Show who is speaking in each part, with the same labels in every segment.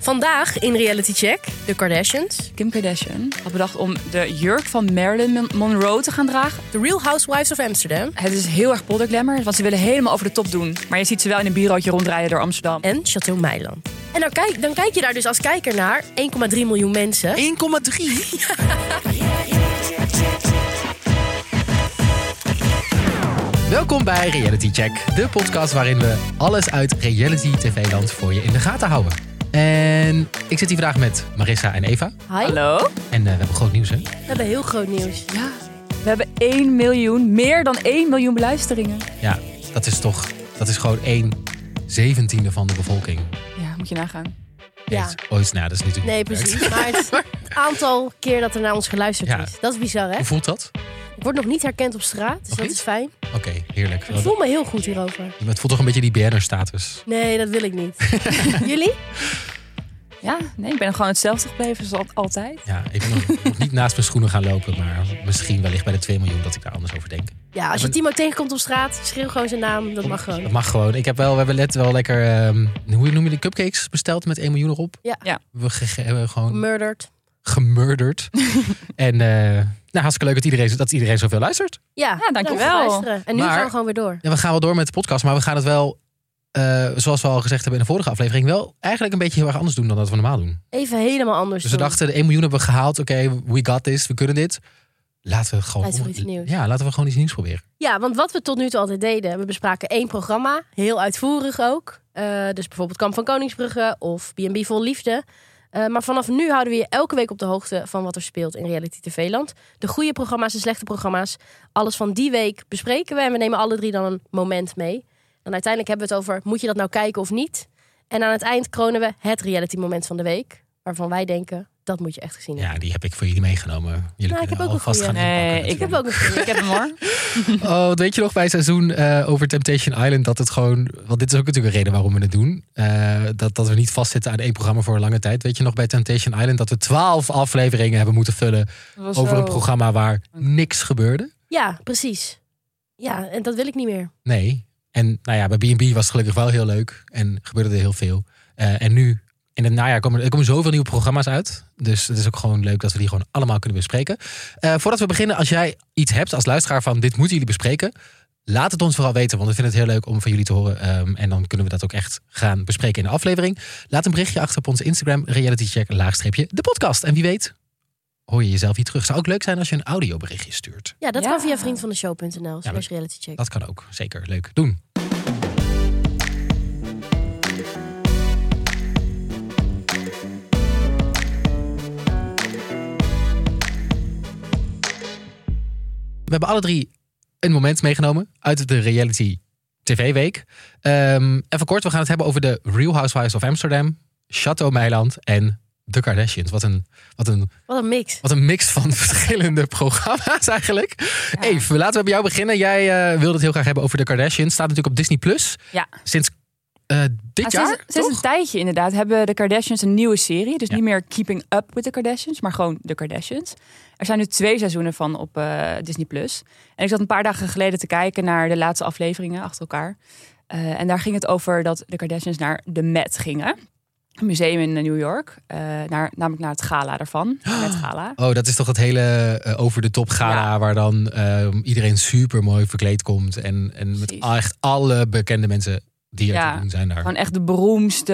Speaker 1: Vandaag in Reality Check, de Kardashians.
Speaker 2: Kim Kardashian had bedacht om de jurk van Marilyn Mon- Monroe te gaan dragen.
Speaker 1: The Real Housewives of Amsterdam.
Speaker 2: Het is heel erg polder glamour, want ze willen helemaal over de top doen. Maar je ziet ze wel in een bureautje rondrijden door Amsterdam.
Speaker 1: En Chateau Meiland. En dan kijk, dan kijk je daar dus als kijker naar 1,3 miljoen mensen.
Speaker 3: 1,3? Welkom bij Reality Check, de podcast waarin we alles uit reality TV-land voor je in de gaten houden. En ik zit hier vandaag met Marissa en Eva.
Speaker 1: Hi.
Speaker 2: Hallo?
Speaker 3: En eh, we hebben groot nieuws, hè?
Speaker 1: We hebben heel groot nieuws.
Speaker 2: Ja. We hebben 1 miljoen, meer dan 1 miljoen beluisteringen.
Speaker 3: Ja, dat is toch, dat is gewoon 1 zeventiende van de bevolking.
Speaker 2: Ja, moet je nagaan.
Speaker 1: Ja.
Speaker 3: Heeft Ooit, nou, dat is natuurlijk
Speaker 1: Nee,
Speaker 3: niet beperkt.
Speaker 1: precies. Maar het aantal keer dat er naar ons geluisterd
Speaker 3: Ja.
Speaker 1: is. Dat is bizar, hè?
Speaker 3: Hoe voelt dat?
Speaker 1: Ik word nog niet herkend op straat, dus
Speaker 3: Nog
Speaker 1: dat
Speaker 3: niet?
Speaker 1: is fijn.
Speaker 3: Oké, heerlijk.
Speaker 1: Ik voel me heel goed hierover.
Speaker 3: Het voelt toch een beetje die BNR-status.
Speaker 1: Nee, dat wil ik niet. Jullie?
Speaker 2: Ja, nee, ik ben gewoon hetzelfde gebleven zoals al- altijd.
Speaker 3: Ja, ik ben nog, nog niet naast mijn schoenen gaan lopen, maar misschien wellicht bij de 2 miljoen dat ik daar anders over denk.
Speaker 1: Ja, als je Timo tegenkomt op straat, schreeuw gewoon zijn naam. Dat mag
Speaker 3: Dat
Speaker 1: gewoon.
Speaker 3: mag gewoon. Ik heb wel, we hebben net wel lekker, ehm, hoe noem je de cupcakes besteld met 1 miljoen erop.
Speaker 1: Ja.
Speaker 2: Ja.
Speaker 3: We gege- hebben gewoon
Speaker 1: Murdered.
Speaker 3: gemurderd. en eh, nou, hartstikke leuk dat iedereen, dat iedereen zoveel luistert.
Speaker 1: Ja,
Speaker 2: dankjewel.
Speaker 1: dank voor het luisteren. En nu
Speaker 3: Maar-
Speaker 1: gaan we gewoon weer door.
Speaker 3: Ja, we gaan wel door met de podcast, maar we gaan het wel, eh, zoals we al gezegd hebben in de vorige aflevering, wel eigenlijk een beetje heel erg anders doen dan dat we normaal doen.
Speaker 1: Even helemaal anders
Speaker 3: Dus we
Speaker 1: doen.
Speaker 3: dachten, de 1 miljoen hebben we gehaald. Oké, we got this, we kunnen dit. Laten we gewoon,
Speaker 1: Tijd voor iets nieuws.
Speaker 3: Ja, laten we gewoon iets nieuws proberen.
Speaker 1: Ja, want wat we tot nu toe altijd deden, we bespraken één programma, heel uitvoerig ook. Eh, dus bijvoorbeeld Kamp van Koningsbrugge of B&B Vol Liefde. Eh, maar vanaf nu houden we je elke week op de hoogte van wat er speelt in Reality TV-land. De goede programma's, de slechte programma's. Alles van die week bespreken we en we nemen alle drie dan een moment mee. En uiteindelijk hebben we het over, moet je dat nou kijken of niet? En aan het eind kronen we het reality moment van de week. Waarvan wij denken, dat moet je echt gezien hebben.
Speaker 3: Ja, die heb ik voor jullie meegenomen. Jullie kunnen
Speaker 1: Nou, ik heb ook een
Speaker 3: alvast
Speaker 1: goeie.
Speaker 3: gaan
Speaker 2: Nee,
Speaker 3: inpakken
Speaker 2: ik
Speaker 1: Ik heb
Speaker 3: natuurlijk.
Speaker 1: ook een goeie.
Speaker 2: Ik heb hem hoor.
Speaker 3: Oh, wat weet je nog bij seizoen eh, over Temptation Island dat het gewoon... Want dit is ook natuurlijk een reden waarom we het doen. eh, dat, dat we niet vastzitten aan één programma voor een lange tijd. Weet je nog bij Temptation Island dat we twaalf afleveringen hebben moeten vullen... over een programma waar niks gebeurde?
Speaker 1: Ja, precies. Ja, en dat wil ik niet meer.
Speaker 3: Nee. En nou ja, bij B&B was het gelukkig wel heel leuk. En gebeurde er heel veel. Eh, en nu, in het najaar, komen er, er komen zoveel nieuwe programma's uit. Dus het is ook gewoon leuk dat we die gewoon allemaal kunnen bespreken. Eh, voordat we beginnen, als jij iets hebt als luisteraar van dit moeten jullie bespreken. Laat het ons vooral weten, want we vinden het heel leuk om van jullie te horen. Ehm, en dan kunnen we dat ook echt gaan bespreken in de aflevering. Laat een berichtje achter op onze Instagram, realitycheck, laagstreepje, de podcast. En wie weet, hoor je jezelf hier terug. Zou ook leuk zijn als je een audioberichtje stuurt.
Speaker 1: Ja, dat
Speaker 2: Ja.
Speaker 1: kan via vriendvandeshow.nl.
Speaker 3: Ja,
Speaker 1: slash
Speaker 3: maar-
Speaker 1: realitycheck.
Speaker 3: Dat kan ook, zeker. Leuk. Doen. We hebben alle drie een moment meegenomen uit de reality TV-week. Ehm even kort, we gaan het hebben over de Real Housewives of Amsterdam, Chateau Meiland en de Kardashians. Wat een, wat een
Speaker 1: Wat een mix.
Speaker 3: wat een mix van verschillende programma's eigenlijk. Even, laten we bij jou beginnen. Jij eh, wilde het heel graag hebben over de Kardashians. Staat natuurlijk op Disney Plus.
Speaker 2: Ja.
Speaker 3: Sinds eh, dit
Speaker 2: Ah,
Speaker 3: jaar.
Speaker 2: sinds, sinds een tijdje inderdaad hebben de Kardashians een nieuwe serie. Dus
Speaker 3: Ja.
Speaker 2: niet meer Keeping Up with the Kardashians, maar gewoon de Kardashians. Er zijn nu twee seizoenen van op eh, Disney+. Plus. En ik zat een paar dagen geleden te kijken naar de laatste afleveringen achter elkaar. Eh, en daar ging het over dat de Kardashians naar de Met gingen. Een museum in eh, New York. Eh, naar, namelijk naar het gala daarvan. Het Met gala.
Speaker 3: Oh, dat is toch dat hele eh, over de top gala
Speaker 2: Ja.
Speaker 3: waar dan eh, iedereen super mooi verkleed komt. En, en met
Speaker 2: Precies.
Speaker 3: al- echt alle bekende mensen die er
Speaker 2: Ja.
Speaker 3: te doen zijn daar.
Speaker 2: Gewoon echt de beroemdste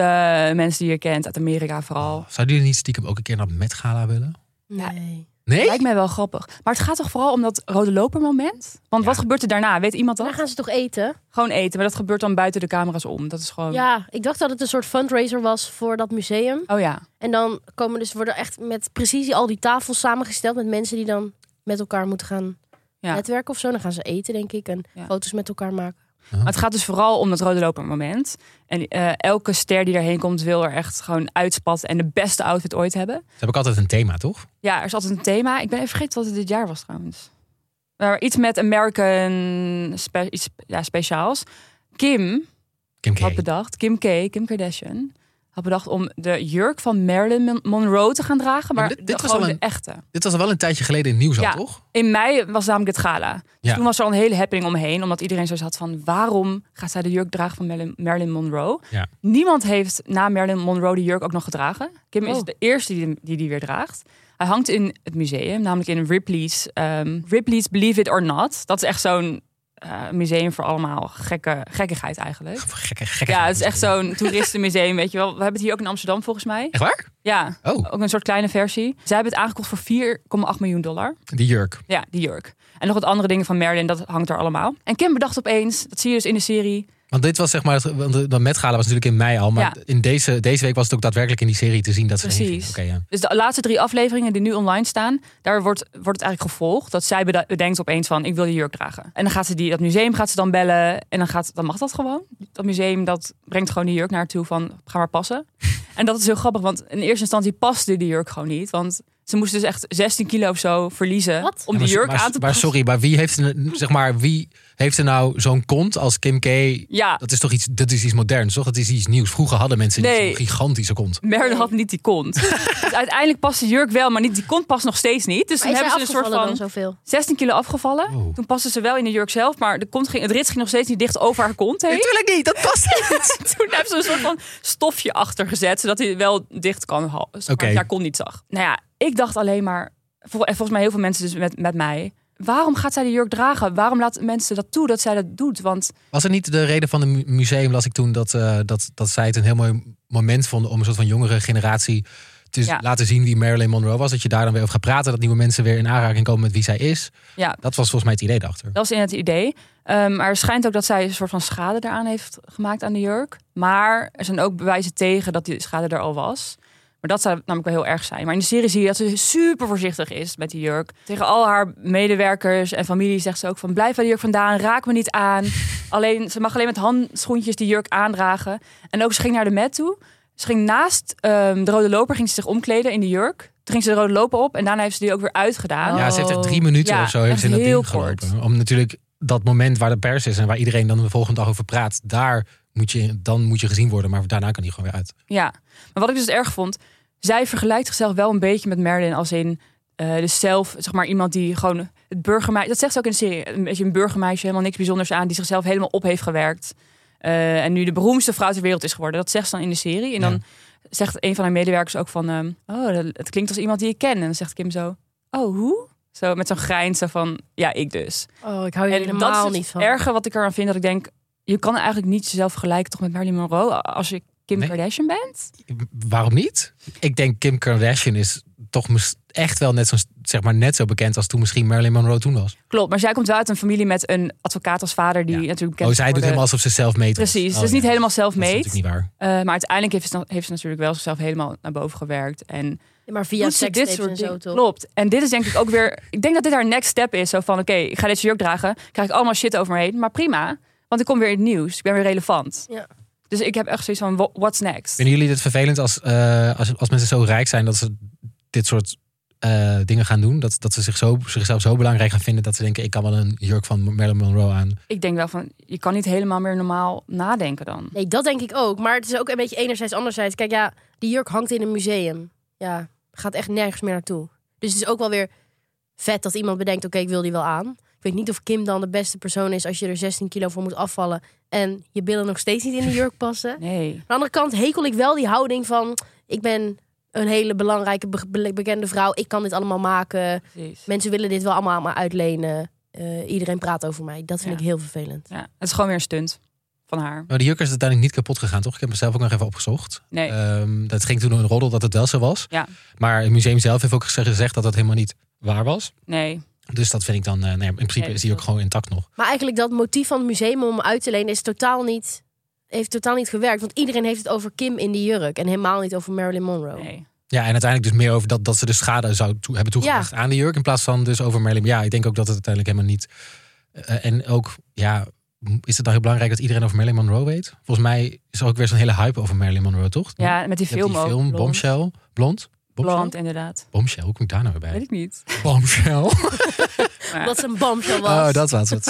Speaker 2: mensen die je kent. Uit Amerika vooral.
Speaker 3: Zouden jullie niet stiekem ook een keer naar het Met Gala willen?
Speaker 1: Nee.
Speaker 3: Nee?
Speaker 2: Lijkt mij wel grappig. Maar het gaat toch vooral om dat rode loper moment? Want
Speaker 3: Ja.
Speaker 2: wat gebeurt er daarna? Weet iemand dat?
Speaker 1: Daar gaan ze toch eten?
Speaker 2: Gewoon eten, maar dat gebeurt dan buiten de camera's om. Dat is gewoon.
Speaker 1: Ja, ik dacht dat het een soort fundraiser was voor dat museum.
Speaker 2: Oh ja.
Speaker 1: En dan komen dus, worden echt met precisie al die tafels samengesteld met mensen die dan met elkaar moeten gaan
Speaker 2: ja.
Speaker 1: netwerken of zo. Dan gaan ze eten, denk ik, en
Speaker 2: Ja.
Speaker 1: foto's met elkaar maken.
Speaker 2: Maar het gaat dus vooral om dat rode loper moment. En eh, elke ster die daarheen komt wil er echt gewoon uitspatten en de beste outfit ooit hebben.
Speaker 3: Ze hebben ook altijd een thema, toch?
Speaker 2: Ja, er is altijd een thema. Ik ben even vergeten wat het dit jaar was trouwens. Maar iets met American spe- iets, ja, speciaals. Kim
Speaker 3: Kim K.
Speaker 2: had bedacht, Kim K, Kim Kardashian, had bedacht om de jurk van Marilyn Mon- Monroe te gaan dragen. Maar
Speaker 3: Maar dit-
Speaker 2: de-
Speaker 3: dit was
Speaker 2: gewoon
Speaker 3: al
Speaker 2: de
Speaker 3: een-
Speaker 2: echte.
Speaker 3: Dit was al wel een tijdje geleden in het nieuws al,
Speaker 2: Ja.
Speaker 3: toch?
Speaker 2: In mei was namelijk het gala. Dus
Speaker 3: Ja.
Speaker 2: toen was er al een hele happening omheen. Omdat iedereen zo zat van waarom gaat zij de jurk dragen van Marilyn, Marilyn Monroe?
Speaker 3: Ja.
Speaker 2: Niemand heeft na Marilyn Monroe de jurk ook nog gedragen. Kim is
Speaker 1: Oh.
Speaker 2: de eerste die, die die weer draagt. Hij hangt in het museum, namelijk in Ripley's, ehm, Ripley's Believe It or Not. Dat is echt zo'n eh, museum voor allemaal gekke, gekkigheid eigenlijk.
Speaker 3: Gekke, gekke
Speaker 2: Ja, het is echt zo'n toeristenmuseum, weet je wel. We hebben het hier ook in Amsterdam volgens mij.
Speaker 3: Echt waar?
Speaker 2: Ja,
Speaker 3: Oh,
Speaker 2: ook een soort kleine versie. Zij hebben het aangekocht voor 4,8 miljoen dollar.
Speaker 3: die jurk.
Speaker 2: Ja, die jurk. En nog wat andere dingen van Merlin, dat hangt er allemaal. En Kim bedacht opeens, dat zie je dus in de serie.
Speaker 3: Want dit was zeg maar, het- want de, de metgala was natuurlijk in mei al. Maar
Speaker 2: Ja.
Speaker 3: in deze, deze week was het ook daadwerkelijk in die serie te zien dat ze erheen
Speaker 2: Precies.
Speaker 3: gingen. Oké, ja.
Speaker 2: Dus de laatste drie afleveringen die nu online staan, daar wordt, wordt het eigenlijk gevolgd. Dat zij beda- bedenkt opeens van, ik wil die jurk dragen. En dan gaat ze die, dat museum gaat ze dan bellen. En dan, gaat, dan mag dat gewoon. Dat museum dat brengt gewoon die jurk naar haar toe van, ga maar passen. En dat is heel grappig, want in eerste instantie paste die jurk gewoon niet. Want ze moest dus echt 16 kilo of zo verliezen
Speaker 1: Wat?
Speaker 2: om
Speaker 3: Ja,
Speaker 2: die
Speaker 3: maar-
Speaker 2: jurk
Speaker 3: maar-
Speaker 2: aan te
Speaker 3: Maar
Speaker 2: passen.
Speaker 3: sorry, maar wie heeft, een- zeg maar, wie heeft er nou zo'n kont als Kim K?
Speaker 2: Ja,
Speaker 3: Dat is toch iets, dat is iets moderns, toch? Dat is iets nieuws. Vroeger hadden mensen
Speaker 2: Nee.
Speaker 3: niet zo'n gigantische kont.
Speaker 2: Merle had niet die kont. dus uiteindelijk past de jurk wel, maar niet, die kont past nog steeds niet. Dus
Speaker 1: Maar
Speaker 2: toen
Speaker 1: is hij
Speaker 2: hebben ze een soort
Speaker 1: afgevallen dan
Speaker 2: van
Speaker 1: zoveel?
Speaker 2: 16 kilo afgevallen.
Speaker 3: Oh.
Speaker 2: Toen paste ze wel in de jurk zelf, maar de kont ging, het rit ging nog steeds niet dicht over haar kont heen.
Speaker 3: Natuurlijk niet, dat past niet.
Speaker 2: toen hebben ze een soort van stofje achter gezet, zodat hij wel dicht kan halen.
Speaker 3: Oké.
Speaker 2: haar kont niet zag. Nou ja, ik dacht alleen maar, vol- en volgens mij heel veel mensen dus met, met mij... Waarom gaat zij de jurk dragen? Waarom laten mensen dat toe dat zij dat doet? Want
Speaker 3: Was het niet de reden van het mu- museum, las ik toen, dat, eh, dat, dat zij het een heel mooi moment vonden om een soort van jongere generatie te
Speaker 2: Ja.
Speaker 3: laten zien wie Marilyn Monroe was. Dat je daar dan weer over gaat praten, dat nieuwe mensen weer in aanraking komen met wie zij is.
Speaker 2: Ja.
Speaker 3: Dat was volgens mij het idee daarachter.
Speaker 2: Dat is in het idee. Ehm, maar er schijnt ook dat zij een soort van schade daaraan heeft gemaakt aan de jurk. Maar er zijn ook bewijzen tegen dat die schade er al was. Maar dat zou namelijk wel heel erg zijn. Maar in de serie zie je dat ze super voorzichtig is met die jurk. Tegen al haar medewerkers en familie zegt ze ook van... blijf bij de jurk vandaan, raak me niet aan. Alleen, ze mag alleen met handschoentjes die jurk aandragen. En ook, ze ging naar de Met toe. Ze ging naast ehm, de rode loper ging ze zich omkleden in de jurk. Toen ging ze de rode loper op en daarna heeft ze die ook weer uitgedaan.
Speaker 3: Ja, ze heeft echt drie minuten
Speaker 2: Oh, Ja,
Speaker 3: of zo heeft
Speaker 2: echt
Speaker 3: ze in dat
Speaker 2: heel
Speaker 3: ding
Speaker 2: kort.
Speaker 3: gelopen. Om natuurlijk dat moment waar de pers is en waar iedereen dan de volgende dag over praat, daar moet je, dan moet je gezien worden. Maar daarna kan die gewoon weer uit.
Speaker 2: Ja, maar wat ik dus erg vond, zij vergelijkt zichzelf wel een beetje met Merlin als in eh, dus zelf, zeg maar, iemand die gewoon het burgermeisje, dat zegt ze ook in de serie, een beetje een burgermeisje, helemaal niks bijzonders aan, die zichzelf helemaal op heeft gewerkt eh, en nu de beroemdste vrouw ter wereld is geworden. Dat zegt ze dan in de serie en dan
Speaker 3: Ja.
Speaker 2: zegt een van haar medewerkers ook van, ehm, oh, dat- het klinkt als iemand die ik ken. En dan zegt Kim zo, oh, hoe? Zo met zo'n grijns zo van, ja, ik dus.
Speaker 1: Oh, ik hou hier
Speaker 2: En dat is dus
Speaker 1: helemaal
Speaker 2: het
Speaker 1: niet van.
Speaker 2: erge wat ik eraan vind, dat ik denk, je kan eigenlijk niet jezelf vergelijken toch met Marilyn Monroe als je Kim
Speaker 3: Nee.
Speaker 2: Kardashian bent.
Speaker 3: Waarom niet? Ik denk Kim Kardashian is toch mis- echt wel net zo, zeg maar, net zo bekend als toen misschien Marilyn Monroe toen was.
Speaker 2: Klopt, maar zij komt wel uit een familie met een advocaat als vader die
Speaker 3: Ja.
Speaker 2: natuurlijk
Speaker 3: Oh,
Speaker 2: bekend
Speaker 3: zij
Speaker 2: is geworden.
Speaker 3: doet helemaal alsof ze zelf meet. Oh,
Speaker 2: Precies, dus niet helemaal zelf
Speaker 3: Dat is
Speaker 2: meet.
Speaker 3: natuurlijk niet waar.
Speaker 2: Eh, maar uiteindelijk heeft ze, heeft ze natuurlijk wel zichzelf helemaal naar boven gewerkt. En
Speaker 1: Ja, maar via
Speaker 2: doet ze dit
Speaker 1: sekstapes en
Speaker 2: soort
Speaker 1: zo,
Speaker 2: dingen.
Speaker 1: toch?
Speaker 2: Klopt. En dit is denk ik ook weer... ik denk dat dit haar next step is. Zo van, oké, ik ga deze jurk dragen. Krijg ik allemaal shit over me heen. Maar prima, want ik kom weer in het nieuws. Ik ben weer relevant.
Speaker 1: Ja.
Speaker 2: Dus ik heb echt zoiets van, wha- what's next?
Speaker 3: Vinden jullie het vervelend als, eh, als, als mensen zo rijk zijn dat ze dit soort eh, dingen gaan doen? Dat, dat ze zich zo, zichzelf zo belangrijk gaan vinden dat ze denken: ik kan wel een jurk van Marilyn Monroe aan.
Speaker 2: Ik denk wel van, je kan niet helemaal meer normaal nadenken dan.
Speaker 1: Nee, dat denk ik ook. Maar het is ook een beetje enerzijds, anderzijds. Kijk, ja, die jurk hangt in een museum. Ja, gaat echt nergens meer naartoe. Dus het is ook wel weer vet dat iemand bedenkt... oké, ik wil die wel aan. Ik weet niet of Kim dan de beste persoon is... als je er 16 kilo voor moet afvallen... en je billen nog steeds niet in de jurk passen.
Speaker 2: Nee.
Speaker 1: Aan de andere kant hekel ik wel die houding van... ik ben een hele belangrijke, be- be- bekende vrouw. Ik kan dit allemaal maken.
Speaker 2: Precies.
Speaker 1: Mensen willen dit wel allemaal aan me uitlenen. Eh, iedereen praat over mij. Dat vind
Speaker 2: Ja.
Speaker 1: ik heel vervelend.
Speaker 2: Ja, het is gewoon weer een stunt van haar.
Speaker 3: Maar de Nou, jurk is uiteindelijk niet kapot gegaan, toch? Ik heb mezelf ook nog even opgezocht.
Speaker 2: Nee.
Speaker 3: Ehm, dat ging toen een roddel dat het wel zo was.
Speaker 2: Ja.
Speaker 3: Maar het museum zelf heeft ook gezegd, gezegd dat dat helemaal niet waar was.
Speaker 2: Nee.
Speaker 3: Dus dat vind ik dan, eh, nou ja, in principe
Speaker 2: Nee,
Speaker 3: is die ook
Speaker 2: dat-
Speaker 3: gewoon intact nog.
Speaker 1: Maar eigenlijk dat motief van het museum om hem uit te lenen... Is totaal niet, heeft totaal niet gewerkt. Want iedereen heeft het over Kim in die jurk... en helemaal niet over Marilyn Monroe.
Speaker 3: oh.
Speaker 2: Nee.
Speaker 3: Ja, en uiteindelijk dus meer over dat, dat ze de schade zou toe, hebben toegebracht aan de jurk. In plaats van dus over Merlin. Ja, ik denk ook dat het uiteindelijk helemaal niet. eh, en ook, ja, m- is het dan heel belangrijk dat iedereen over Marilyn Monroe weet? Volgens mij is er ook weer zo'n hele hype over Marilyn Monroe, toch? Je
Speaker 2: Ja, met die
Speaker 3: hebt
Speaker 2: film
Speaker 3: die
Speaker 2: ook.
Speaker 3: film
Speaker 2: Blond.
Speaker 3: Bombshell. Blond? Bombshell?
Speaker 2: Blond, inderdaad.
Speaker 3: Bombshell, hoe kom ik daar nou weer bij?
Speaker 2: Weet ik niet.
Speaker 3: Bombshell.
Speaker 2: Maar,
Speaker 1: Dat ze een bamsje was.
Speaker 3: Oh, dat was het.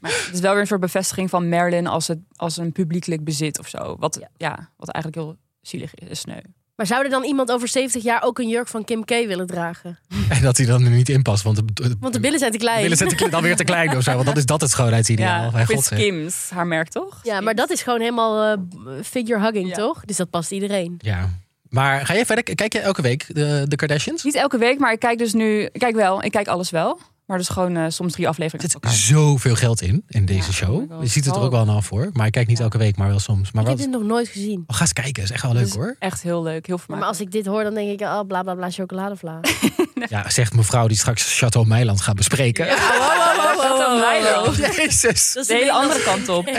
Speaker 2: maar het is wel weer een soort bevestiging van Merlin als, het, als een publiekelijk bezit of zo. Wat, ja. wat eigenlijk heel zielig is, sneu.
Speaker 1: Maar zou er dan iemand over 70 jaar ook een jurk van Kim K willen dragen?
Speaker 3: En dat hij dan er niet in past. Want de, de-
Speaker 1: Want de billen zijn te klein.
Speaker 3: billen zijn te kle- dan weer te klein of zo. Want dat is dat het schoonheidsideaal.
Speaker 2: Ja,
Speaker 3: Mijn
Speaker 2: Quit
Speaker 3: god, zeg.
Speaker 2: Skims, haar merk toch?
Speaker 1: Ja, maar dat is gewoon helemaal eh, b- figure hugging,
Speaker 2: Ja.
Speaker 1: toch? Dus dat past iedereen.
Speaker 3: Ja. Maar ga jij verder? K- Kijk je elke week de, de Kardashians?
Speaker 2: Niet elke week, maar ik kijk dus nu... Ik kijk wel, ik kijk alles wel. Maar dus gewoon eh, soms drie
Speaker 3: Er
Speaker 2: afleveringen
Speaker 3: zit
Speaker 2: achter elkaar.
Speaker 3: zoveel geld in, in deze
Speaker 2: Ja, oh my
Speaker 3: show.
Speaker 2: God.
Speaker 3: je ziet het er ook wel aan af hoor. Maar ik kijk niet
Speaker 2: Ja.
Speaker 3: elke week, maar wel soms. Maar
Speaker 1: ik heb
Speaker 3: wat,
Speaker 1: dit nog nooit gezien.
Speaker 3: oh, ga eens kijken, is echt wel leuk
Speaker 2: Dus
Speaker 3: hoor.
Speaker 2: Echt heel leuk, heel vermakelijk.
Speaker 1: Maar als ik dit hoor, dan denk ik, oh, bla bla bla, chocoladevla.
Speaker 3: Ja, zegt mevrouw die straks Chateau Meiland gaat bespreken.
Speaker 2: Ja, wow, wow, wow, wow, wow, wow.
Speaker 1: Milo.
Speaker 3: Jezus.
Speaker 1: Dat is
Speaker 2: De hele andere kant op.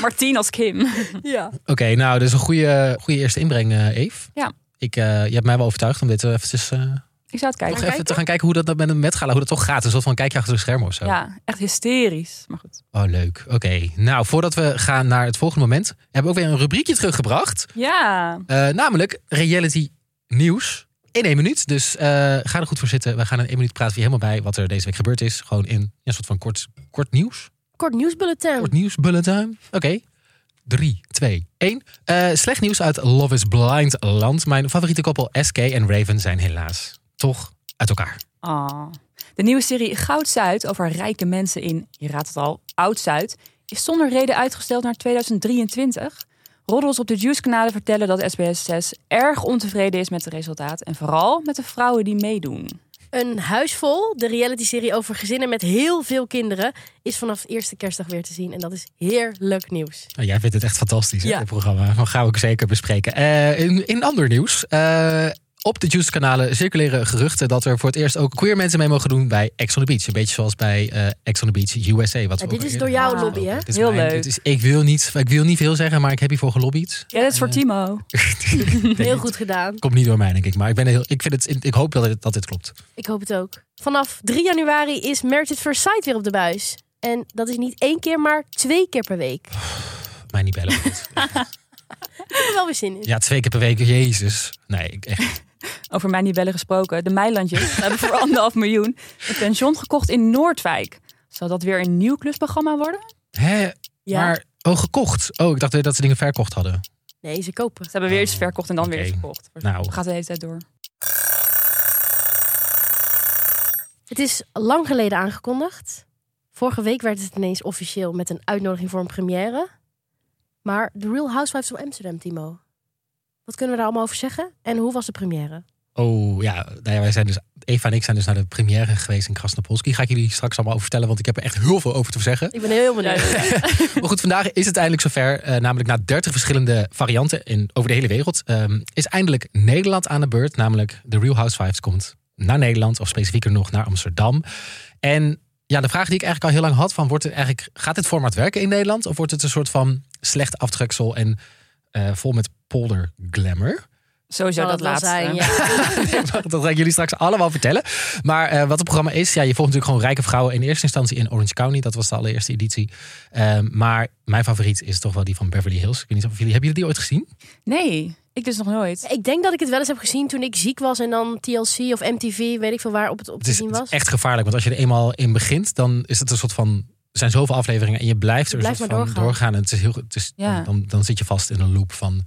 Speaker 2: Martien als Kim.
Speaker 1: Ja.
Speaker 3: Oké, nou, dus een goede, goede eerste inbreng, eh, Eve.
Speaker 2: Ja.
Speaker 3: Ik, eh, je hebt mij wel overtuigd om dit eh, eventjes, eh,
Speaker 2: Ik zou het
Speaker 3: nog
Speaker 2: kijken.
Speaker 3: even te gaan kijken hoe dat nou met een metgala, hoe dat toch gaat. Een soort van kijkje achter de schermen of zo.
Speaker 2: Ja, echt hysterisch. Maar goed.
Speaker 3: Oh, leuk. Oké. Nou, voordat we gaan naar het volgende moment, hebben we ook weer een rubriekje teruggebracht.
Speaker 2: Ja.
Speaker 3: Eh, namelijk reality nieuws in één minuut. Dus eh, ga er goed voor zitten. We gaan in één minuut praten weer helemaal bij wat er deze week gebeurd is. Gewoon in ja, een soort van kort, kort nieuws.
Speaker 1: Kort nieuwsbulletin.
Speaker 3: Kort nieuws bulletin. Oké. Drie, twee, één. Eh, slecht nieuws uit Love is Blind land. Mijn favoriete koppel SK en Raven zijn helaas toch uit elkaar.
Speaker 2: Ah. De nieuwe serie Goud Zuid over rijke mensen in, je raadt het al, Oud-Zuid, is zonder reden uitgesteld naar 2023. Roddels op de Juice-kanalen vertellen dat SBS 6 erg ontevreden is met het resultaat. En vooral met de vrouwen die meedoen.
Speaker 1: Een huisvol, de realityserie over gezinnen met heel veel kinderen, is vanaf eerste kerstdag weer te zien. En dat is heerlijk nieuws.
Speaker 3: Nou, jij vindt het echt fantastisch, hè,
Speaker 1: Ja.
Speaker 3: dit programma. Dat gaan we ook zeker bespreken. Eh, in, in ander nieuws. eh, op de Juice-kanalen circuleren geruchten dat er voor het eerst ook queer mensen mee mogen doen bij Ex on the Beach. Een beetje zoals bij eh Ex on the Beach USA. Wat we
Speaker 1: Ja,
Speaker 3: ook
Speaker 1: dit is
Speaker 3: eerder
Speaker 1: door jouw
Speaker 2: Ja.
Speaker 1: lobby, hè?
Speaker 3: hadden. Dit is
Speaker 2: Heel
Speaker 3: mijn-
Speaker 2: leuk.
Speaker 3: dit is, ik, wil niet, ik wil niet veel zeggen, maar ik heb hiervoor gelobbyd.
Speaker 2: Ja, dat is voor Timo.
Speaker 1: Heel goed gedaan.
Speaker 3: Komt niet door mij, denk ik. Maar ik, ben heel, ik, vind het, ik hoop dat, het, dat dit klopt.
Speaker 1: Ik hoop het ook. Vanaf 3 januari is Married at First Sight weer op de buis. En dat is niet één keer, maar twee keer per week. Ik
Speaker 3: Mij niet bellen.
Speaker 1: heb er wel weer zin in.
Speaker 3: ja, twee keer per week. Jezus. Nee, ik- echt.
Speaker 2: Over mij niet bellen gesproken. De Meilandjes hebben voor anderhalf miljoen een pension gekocht in Noordwijk. Zal dat weer een nieuw klusprogramma worden?
Speaker 3: Hè?
Speaker 1: Ja.
Speaker 3: Maar, oh, gekocht. Oh, ik dacht dat ze dingen verkocht hadden.
Speaker 1: Nee, ze kopen.
Speaker 2: Ze hebben weer iets verkocht en dan weer iets
Speaker 3: Oké.
Speaker 2: verkocht.
Speaker 3: Nou.
Speaker 2: Gaat de hele tijd door.
Speaker 1: Het is lang geleden aangekondigd. Vorige week werd het ineens officieel met een uitnodiging voor een première. Maar The Real Housewives of Amsterdam, Timo. Wat kunnen we daar allemaal over zeggen? En hoe was de première?
Speaker 3: Oh ja, nou ja, wij zijn dus, Eva en ik zijn dus naar de première geweest in Krasnopolski. Ga ik jullie straks allemaal over vertellen, want ik heb er echt heel veel over te zeggen.
Speaker 1: Ik ben heel benieuwd.
Speaker 3: Maar goed, vandaag is het eindelijk zover. Eh, namelijk na 30 verschillende varianten in, over de hele wereld ehm, is eindelijk Nederland aan de beurt. Namelijk The Real Housewives komt naar Nederland of specifieker nog naar Amsterdam. En ja, de vraag die ik eigenlijk al heel lang had van wordt het eigenlijk, gaat dit format werken in Nederland? Of wordt het een soort van slecht aftreksel en eh, vol met polder glamour?
Speaker 2: Sowieso
Speaker 1: Zal
Speaker 2: dat
Speaker 1: het wel
Speaker 2: laatste.
Speaker 1: zijn, ja.
Speaker 3: dat ga ik jullie straks allemaal vertellen. Maar eh, wat het programma is, ja, je volgt natuurlijk gewoon rijke vrouwen in eerste instantie in Orange County. Dat was de allereerste editie. Ehm, maar mijn favoriet is toch wel die van Beverly Hills. Ik weet niet of jullie, hebben jullie die ooit gezien?
Speaker 2: Nee, ik dus nog nooit.
Speaker 1: Ik denk dat ik het wel eens heb gezien toen ik ziek was en dan TLC of MTV, weet ik veel waar, op het op
Speaker 3: Het
Speaker 1: te
Speaker 3: is,
Speaker 1: zien
Speaker 3: het is
Speaker 1: was.
Speaker 3: echt gevaarlijk, want als je er eenmaal in begint, dan is het een soort van. Er zijn zoveel afleveringen en je blijft
Speaker 1: Je
Speaker 3: er
Speaker 1: blijft
Speaker 3: een soort
Speaker 1: maar
Speaker 3: van
Speaker 1: doorgaan.
Speaker 3: doorgaan. En het is heel, het is,
Speaker 2: Ja.
Speaker 3: dan, dan, dan zit je vast in een loop van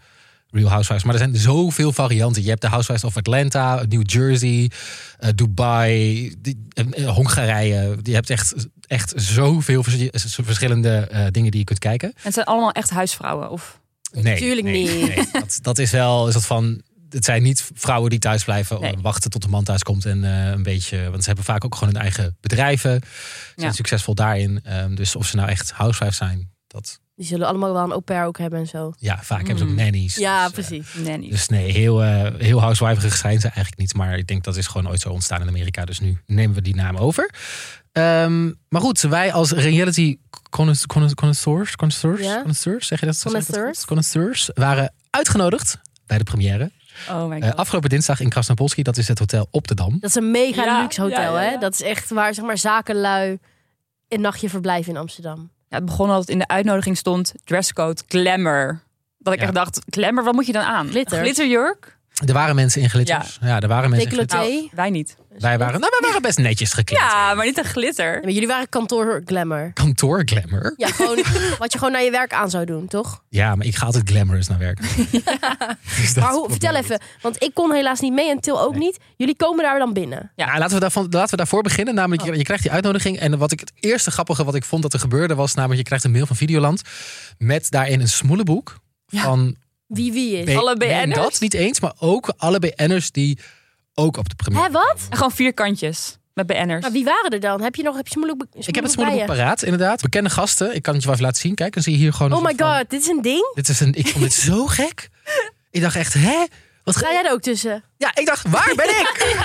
Speaker 3: Real Housewives. Maar er zijn zoveel varianten. Je hebt de Housewives of Atlanta, New Jersey, eh, Dubai, die, eh, eh, Hongarije. Je hebt echt, echt zoveel versi- verschillende eh, dingen die je kunt kijken.
Speaker 2: En het zijn allemaal echt huisvrouwen. Of...
Speaker 3: Nee,
Speaker 1: Tuurlijk
Speaker 3: nee,
Speaker 1: niet.
Speaker 3: nee. Dat, dat is wel is dat van. Het zijn niet vrouwen die thuis blijven
Speaker 2: Nee.
Speaker 3: wachten tot de man thuis komt en eh, een beetje. Want ze hebben vaak ook gewoon hun eigen bedrijven. Ze zijn
Speaker 2: Ja.
Speaker 3: succesvol daarin. Ehm, dus of ze nou echt housewife zijn, dat
Speaker 1: Die zullen allemaal wel een au pair ook hebben en zo.
Speaker 3: ja, vaak hebben ze ook
Speaker 2: Mm.
Speaker 3: nannies.
Speaker 1: Ja,
Speaker 3: dus, eh,
Speaker 1: precies.
Speaker 2: Nee, niet.
Speaker 3: dus nee, heel, eh heel housewiferig zijn ze eigenlijk niet. Maar ik denk dat is gewoon ooit zo ontstaan in Amerika. Dus nu nemen we die naam over. Ehm, maar goed, wij als reality connoisseurs, connoisseurs, connoisseurs,
Speaker 1: Ja.
Speaker 3: connoisseurs, zeg je dat? zeg ik dat goed?
Speaker 1: Connoisseurs.
Speaker 3: Connoisseurs waren uitgenodigd bij de première.
Speaker 2: Oh my
Speaker 3: Eh,
Speaker 2: god.
Speaker 3: afgelopen dinsdag in Krasnopolski, dat is het hotel op de Dam.
Speaker 1: Dat is een mega
Speaker 2: Ja,
Speaker 1: luxe hotel,
Speaker 2: ja, ja, ja.
Speaker 1: hè? Dat is echt waar, zeg maar, zakenlui een nachtje verblijf in Amsterdam.
Speaker 2: Ja, het begon al dat in de uitnodiging stond dresscode glamour. Dat ik
Speaker 3: Ja.
Speaker 2: echt dacht, glamour, wat moet je dan aan?
Speaker 1: Glitter.
Speaker 2: Een Glitterjurk?
Speaker 3: Er waren mensen in glitters. Ja, er waren mensen in
Speaker 1: Decolleté.
Speaker 3: glitters.
Speaker 1: Thee?
Speaker 2: Nou, wij niet.
Speaker 3: Wij waren, nou, wij waren best netjes gekleed.
Speaker 2: Ja, maar niet een glitter.
Speaker 1: maar jullie waren kantoor glamour.
Speaker 3: Kantoor glamour.
Speaker 1: Ja, gewoon wat je gewoon naar je werk aan zou doen, toch?
Speaker 3: Ja, maar ik ga altijd glamorous naar werk. Dus dat
Speaker 1: maar hoe,
Speaker 3: is
Speaker 1: vertel
Speaker 3: probleem.
Speaker 1: even, want ik kon helaas niet mee en Til ook niet. Jullie komen daar dan binnen.
Speaker 3: Ja, Nou, laten we, daarvan, laten we daarvoor beginnen. Namelijk,
Speaker 1: Oh.
Speaker 3: je, je krijgt die uitnodiging. En wat ik het eerste grappige wat ik vond dat er gebeurde was... namelijk, je krijgt een mail van Videoland... met daarin een smoelenboek van...
Speaker 1: Wie wie is.
Speaker 3: B-
Speaker 2: alle
Speaker 3: nee,
Speaker 2: BN'ers?
Speaker 3: dat niet eens, maar ook alle BN'ers die ook op de première...
Speaker 1: Hé, wat?
Speaker 2: En gewoon vierkantjes. Met BN'ers.
Speaker 1: Maar wie waren er dan? Heb je nog heb je smoelboek,
Speaker 3: Ik heb het
Speaker 1: bij je?
Speaker 3: smoelenboek paraat, inderdaad. Bekende gasten. Ik kan het je wel even laten zien. Kijk, dan zie je hier gewoon... een
Speaker 1: Oh my
Speaker 3: soort van-
Speaker 1: god, dit is een ding?
Speaker 3: Dit is een, ik vond dit zo gek. Ik dacht echt, hè? Wat
Speaker 1: Ga
Speaker 3: ga
Speaker 1: jij er ook tussen?
Speaker 3: Ja, ik dacht, waar ben ik?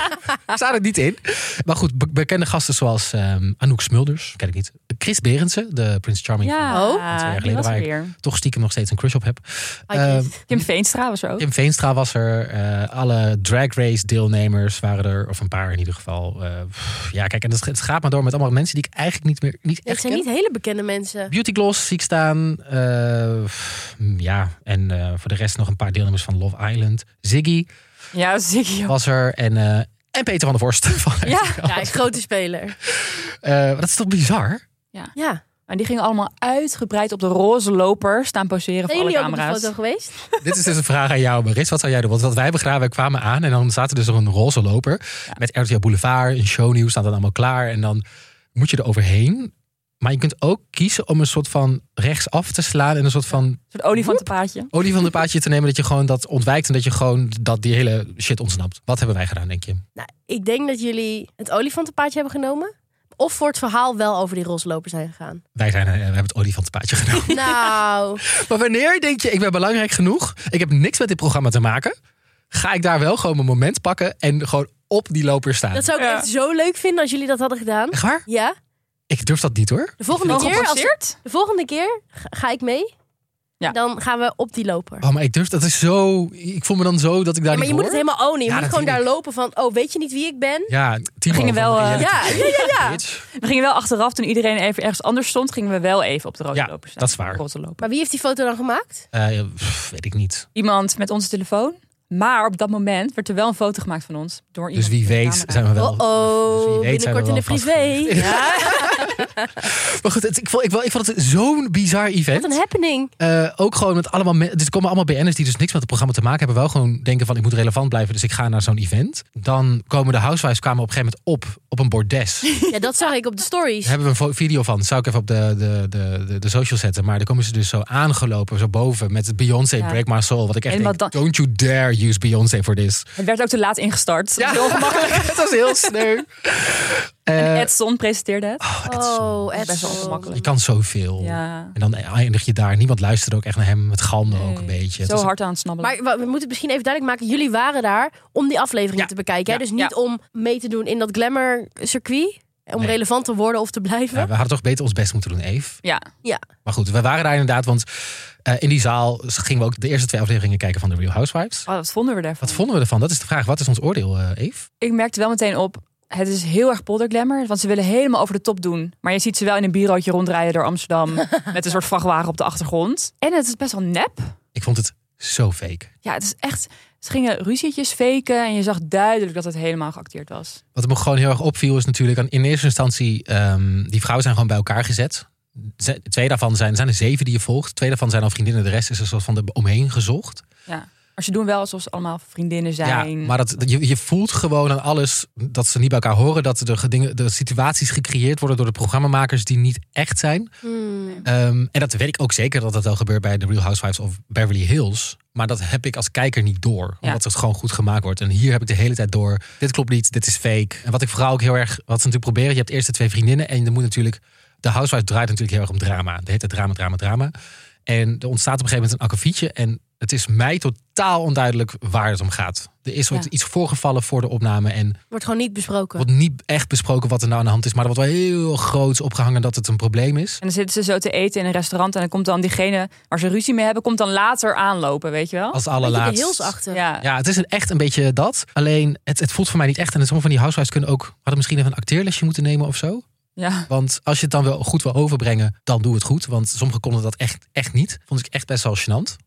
Speaker 3: Staat het niet in. Maar goed, be- bekende gasten zoals ehm, Anouk Smulders, ken ik niet. Chris Berendsen, de Prince Charming. van-
Speaker 2: Ja,
Speaker 1: Oh.
Speaker 3: Twee jaar
Speaker 2: die
Speaker 3: geleden
Speaker 2: was er
Speaker 3: waar ik-
Speaker 2: weer.
Speaker 3: Toch stiekem nog steeds een crush op heb.
Speaker 1: Ah, jezus.
Speaker 2: Kim Veenstra was er ook.
Speaker 3: Tim Veenstra was er. eh, alle drag race deelnemers waren er. Of een paar in ieder geval. Eh, pff, ja, kijk, en het, het gaat maar door met allemaal mensen die ik eigenlijk niet meer niet
Speaker 1: Het
Speaker 3: echt
Speaker 1: zijn
Speaker 3: ken.
Speaker 1: niet hele bekende mensen.
Speaker 3: Beauty Gloss zie ik staan. Eh, pff, ja, en eh, voor de rest nog een paar deelnemers van Love Island. Ziggy
Speaker 2: Ja, Ziggy. ook.
Speaker 3: was er. En, eh, en Peter van der Vorst. Van
Speaker 2: Ja.
Speaker 3: RTL.
Speaker 1: Ja, een grote speler.
Speaker 3: Eh, maar dat is toch bizar?
Speaker 1: Ja.
Speaker 2: En die gingen allemaal uitgebreid op de roze loper staan poseren
Speaker 1: Zijn
Speaker 2: voor alle
Speaker 1: jullie ook op de
Speaker 2: camera's.
Speaker 1: foto geweest?
Speaker 3: Dit is dus een vraag aan jou, Maris. Wat zou jij doen? Want wat wij hebben gedaan, wij kwamen aan en dan zaten dus er een roze loper.
Speaker 2: Ja.
Speaker 3: Met RTL Boulevard, een shownieuws, staat dan allemaal klaar. En dan moet je er overheen. Maar je kunt ook kiezen om een soort van rechtsaf te slaan. En een soort van
Speaker 2: Een soort olifantenpaadje.
Speaker 3: olifantenpaadje te nemen. Dat je gewoon dat ontwijkt en dat je gewoon dat die hele shit ontsnapt. Wat hebben wij gedaan, denk je?
Speaker 1: Nou, ik denk dat jullie het olifantenpaadje hebben genomen. Of voor het verhaal wel over die rosloper zijn gegaan.
Speaker 3: Wij, zijn, eh, we hebben het olifantenpaadje genomen.
Speaker 1: Nou,
Speaker 3: Maar wanneer denk je, ik ben belangrijk genoeg, ik heb niks met dit programma te maken, ga ik daar wel gewoon mijn moment pakken en gewoon op die loper staan.
Speaker 1: dat zou ik
Speaker 2: Ja.
Speaker 1: echt zo leuk vinden als jullie dat hadden gedaan.
Speaker 3: Echt waar?
Speaker 1: Ja,
Speaker 3: Ik durf dat niet hoor.
Speaker 1: de volgende,
Speaker 2: Gewoon
Speaker 1: keer, als,
Speaker 2: geforceerd?
Speaker 1: de volgende keer ga ga ik mee.
Speaker 2: Ja.
Speaker 1: Dan gaan we op die loper.
Speaker 3: Oh, maar ik durf, dat is zo, ik voel me dan zo dat ik daar
Speaker 1: Ja, maar
Speaker 3: niet
Speaker 1: je moet het
Speaker 3: hoor.
Speaker 1: helemaal ownen. Je
Speaker 3: Ja,
Speaker 1: moet
Speaker 3: dat
Speaker 1: gewoon
Speaker 3: vind
Speaker 1: daar lopen van... oh, weet je niet wie ik ben?
Speaker 3: Ja, Timo.
Speaker 2: We gingen wel,
Speaker 3: van
Speaker 2: eh,
Speaker 3: Reality
Speaker 1: Ja, ja, ja, ja.
Speaker 3: Kids.
Speaker 2: We gingen wel achteraf, toen iedereen even ergens anders stond, gingen we wel even op de rode
Speaker 3: Ja,
Speaker 2: loper staan.
Speaker 3: dat is waar.
Speaker 2: Roze loper.
Speaker 1: Maar wie heeft die foto dan gemaakt?
Speaker 3: Eh, pff, weet ik niet.
Speaker 2: Iemand met onze telefoon. Maar op dat moment werd er wel een foto gemaakt van ons. Door iemand
Speaker 3: Dus wie
Speaker 2: met een
Speaker 3: weet
Speaker 2: camera.
Speaker 3: zijn we wel. dus wie
Speaker 1: Oh,
Speaker 3: weet zijn we
Speaker 1: binnenkort in
Speaker 3: wel
Speaker 1: de privé.
Speaker 3: vastgelegd. Maar goed, het- ik, vond, ik, wel- ik vond het zo'n bizar event.
Speaker 1: Wat een happening.
Speaker 3: Eh, ook gewoon met allemaal mensen. Dus er komen allemaal BN'ers die dus niks met het programma te maken hebben. Wel gewoon denken van ik moet relevant blijven. Dus ik ga naar zo'n event. Dan komen de housewives kwamen op een gegeven moment op. Op een bordes. Daar
Speaker 1: Ja, dat zag ik op de stories.
Speaker 3: hebben we een vo- video van. Zou ik even op de, de, de, de, de social zetten. Maar dan komen ze dus zo aangelopen. Zo boven. Met het Beyoncé
Speaker 2: Ja.
Speaker 3: Break My Soul. Wat ik echt
Speaker 2: En
Speaker 3: denk.
Speaker 2: wat dan-
Speaker 3: Don't you dare use Beyoncé for this.
Speaker 2: Het werd ook te laat ingestart. Ja. Heel gemakkelijk.
Speaker 3: Het was heel sneu. Eh,
Speaker 2: Edson presenteerde het.
Speaker 3: oh, Edson.
Speaker 1: Oh, echt
Speaker 2: Best wel ongemakkelijk.
Speaker 3: Je kan zoveel.
Speaker 2: Ja.
Speaker 3: En dan eindig je daar. Niemand luisterde ook echt naar hem. Het galmde ook een
Speaker 2: Nee.
Speaker 3: beetje. Het
Speaker 2: Zo
Speaker 3: was-
Speaker 2: hard aan het
Speaker 1: Maar
Speaker 2: snabbelen.
Speaker 1: we we moeten het misschien even duidelijk maken. Jullie waren daar om die afleveringen
Speaker 3: Ja.
Speaker 1: te bekijken. hè?
Speaker 3: Ja.
Speaker 1: Dus niet om mee te doen in dat glamour circuit. Om
Speaker 3: Nee.
Speaker 1: relevant te worden of te blijven.
Speaker 3: Ja, we hadden toch beter ons best moeten doen, Eve.
Speaker 2: Ja.
Speaker 3: Maar goed, we waren daar inderdaad, want eh, in die zaal gingen we ook de eerste twee afleveringen kijken van The Real Housewives.
Speaker 2: Oh, wat vonden we daarvan?
Speaker 3: Wat vonden we ervan? Dat is de vraag. Wat is ons oordeel, eh, Eve?
Speaker 2: Ik merkte wel meteen op. Het is heel erg polderglammer, want ze willen helemaal over de top doen. Maar je ziet ze wel in een bureautje rondrijden door Amsterdam. met een soort vrachtwagen op de achtergrond. En het is best wel nep.
Speaker 3: Ik vond het zo fake.
Speaker 2: Ja, het is echt. Ze gingen ruzietjes faken en je zag duidelijk dat het helemaal geacteerd was.
Speaker 3: Wat me gewoon heel erg opviel is natuurlijk, aan- in eerste instantie, ehm, die vrouwen zijn gewoon bij elkaar gezet. Ze- Twee daarvan zijn, zijn er zeven die je volgt. Twee daarvan zijn al vriendinnen. De rest is er soort van er omheen gezocht.
Speaker 2: Ja. Maar ze doen wel alsof ze allemaal vriendinnen
Speaker 3: Ja,
Speaker 2: zijn.
Speaker 3: maar dat, dat- je, je voelt gewoon aan alles dat ze niet bij elkaar horen. Dat de, gedingen- de situaties gecreëerd worden door de programmamakers die niet echt zijn.
Speaker 1: Hmm.
Speaker 3: Ehm, en dat weet ik ook zeker dat dat wel gebeurt bij The Real Housewives of Beverly Hills. Maar dat heb ik als kijker niet door. Omdat het gewoon goed gemaakt wordt. En hier heb ik de hele tijd door. Dit klopt niet, dit is fake. En wat ik vooral ook heel erg. Wat ze natuurlijk proberen. Je hebt eerst de twee vriendinnen. En je moet natuurlijk. De housewife draait natuurlijk heel erg om drama. De heet het drama, drama, drama. En er ontstaat op een gegeven moment een akkefietje. En het is mij totaal onduidelijk waar het om gaat. Er is ooit
Speaker 2: Ja.
Speaker 3: iets voorgevallen voor de opname. En
Speaker 1: Wordt gewoon niet besproken.
Speaker 3: wordt niet echt besproken wat er nou aan de hand is. Maar er wordt wel heel groots opgehangen dat het een probleem is.
Speaker 2: En dan zitten ze zo te eten in een restaurant. En dan komt dan diegene waar ze ruzie mee hebben, komt dan later aanlopen, weet je wel?
Speaker 3: Als
Speaker 1: Beetje
Speaker 3: allerlaatst.
Speaker 1: de heels achter.
Speaker 2: Ja.
Speaker 3: Ja, het is een, echt een beetje dat. Alleen, het, het voelt voor mij niet echt. En sommige van die housewives kunnen ook... hadden misschien even een acteerlesje moeten nemen of zo.
Speaker 2: ja.
Speaker 3: Want als je het dan wel goed wil overbrengen, dan doe het goed. Want sommigen konden dat echt, echt niet. Vond ik echt best wel gênant.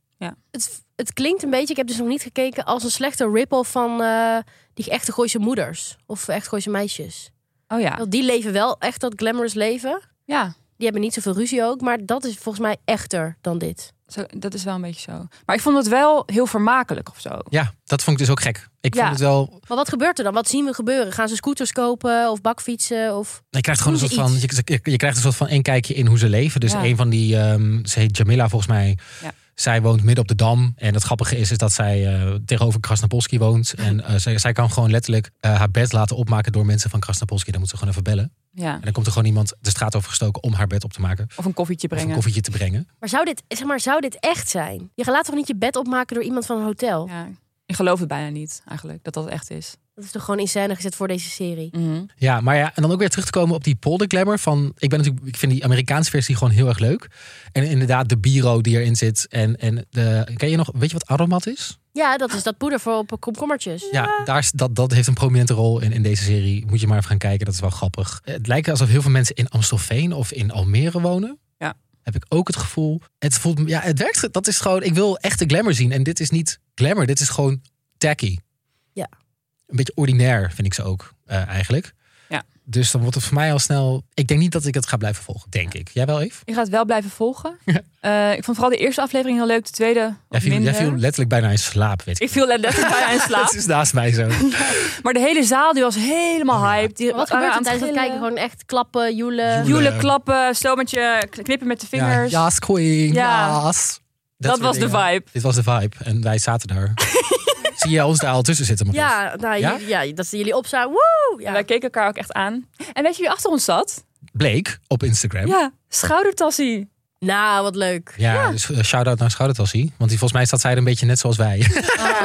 Speaker 1: Het het klinkt een beetje, ik heb dus nog niet gekeken, als een slechte ripple van eh, die echte Gooise moeders. Of echt Gooise meisjes.
Speaker 2: Oh ja.
Speaker 1: Want die leven wel echt dat glamorous leven.
Speaker 2: Ja,
Speaker 1: Die hebben niet zoveel ruzie ook, maar dat is volgens mij echter dan dit.
Speaker 2: zo, dat is wel een beetje zo. Maar ik vond het wel heel vermakelijk of zo.
Speaker 3: Ja, dat vond ik dus ook gek. Ik
Speaker 2: Ja.
Speaker 3: vond het wel.
Speaker 1: Maar wat gebeurt er dan? Wat zien we gebeuren? Gaan ze scooters kopen of bakfietsen? Of...
Speaker 3: Je krijgt gewoon een
Speaker 1: Doen
Speaker 3: soort
Speaker 1: ze
Speaker 3: van. Je, je- je krijgt een soort van een kijkje in hoe ze leven. Dus
Speaker 2: Ja.
Speaker 3: een van die. ehm, ze heet Jamila volgens mij.
Speaker 2: Ja.
Speaker 3: Zij woont midden op de dam. En het grappige is, is dat zij eh, tegenover Krasnapolski woont. En eh, zij, zij kan gewoon letterlijk eh, haar bed laten opmaken door mensen van Krasnapolski. Dan moet ze gewoon even bellen.
Speaker 2: Ja.
Speaker 3: En dan komt er gewoon iemand de straat over gestoken om haar bed op te maken.
Speaker 2: Of een koffietje
Speaker 3: Of een
Speaker 2: brengen.
Speaker 3: koffietje te brengen.
Speaker 1: Maar, zou dit, zeg maar zou dit echt zijn? Je laat toch niet je bed opmaken door iemand van een hotel?
Speaker 2: Ja. Ik geloof het bijna niet eigenlijk, dat dat echt is.
Speaker 1: Dat is toch gewoon in scène gezet voor deze serie?
Speaker 2: Mhm.
Speaker 3: Ja, maar ja, en dan ook weer terug te komen op die polderglammer. Van, ik, ben natuurlijk, ik vind die Amerikaanse versie gewoon heel erg leuk. En inderdaad, de biro die erin zit. En, en de, ken je nog, weet je wat aromat is?
Speaker 1: Ja, dat is dat poeder voor op komkommertjes.
Speaker 3: Ja,
Speaker 2: Eh.
Speaker 3: daar is, dat, dat heeft een prominente rol in, in deze serie. Moet je maar even gaan kijken, dat is wel grappig. Het lijkt alsof heel veel mensen in Amstelveen of in Almere wonen.
Speaker 2: Ja.
Speaker 3: Heb ik ook het gevoel. Het voelt, ja, het werkt. Dat is gewoon, ik wil echt de glamour zien. En dit is niet glamour, dit is gewoon tacky.
Speaker 1: Ja.
Speaker 3: Een beetje ordinair vind ik ze ook eh, eigenlijk.
Speaker 2: Ja.
Speaker 3: Dus dan wordt het voor mij al snel. Ik denk niet dat ik het ga blijven volgen, denk ik. Jij wel, Eve?
Speaker 2: Ik ga het wel blijven volgen.
Speaker 3: Ja.
Speaker 2: Eh, ik vond vooral de eerste aflevering heel leuk, de tweede
Speaker 3: Jij
Speaker 2: wat
Speaker 3: viel, jij
Speaker 2: minder.
Speaker 3: viel letterlijk bijna in slaap, weet ik.
Speaker 2: Ik viel letterlijk bijna in slaap.
Speaker 3: Het is naast mij zo.
Speaker 2: Maar de hele zaal die was helemaal
Speaker 3: Oh
Speaker 2: hyped. Die
Speaker 1: Maar wat gebeurt
Speaker 2: waren
Speaker 1: er
Speaker 2: aan
Speaker 1: tijdens het
Speaker 2: gillen.
Speaker 1: kijken? Gewoon echt klappen, joelen.
Speaker 3: Joelen.
Speaker 2: Joelen, klappen, stomertje, knippen met de
Speaker 3: Ja,
Speaker 2: vingers.
Speaker 3: yes, queen.
Speaker 2: Ja.
Speaker 3: yes.
Speaker 2: dat
Speaker 3: soort
Speaker 2: was de
Speaker 3: dingen.
Speaker 2: vibe.
Speaker 3: Dit was de vibe. En wij zaten daar. Zie je ons daar al tussen zitten? Matthijs?
Speaker 1: Ja, nou,
Speaker 3: Ja?
Speaker 1: jullie- Ja? dat ze jullie opstaan. Woe!
Speaker 2: En
Speaker 1: Ja.
Speaker 2: Wij keken elkaar ook echt aan. En weet je wie achter ons zat?
Speaker 3: Blake op Instagram.
Speaker 2: Ja, schoudertassie.
Speaker 1: Nou, wat leuk.
Speaker 3: Ja, dus eh, shout-out naar Schoudertassie. Want die, volgens mij staat zij er een beetje net zoals wij. Zo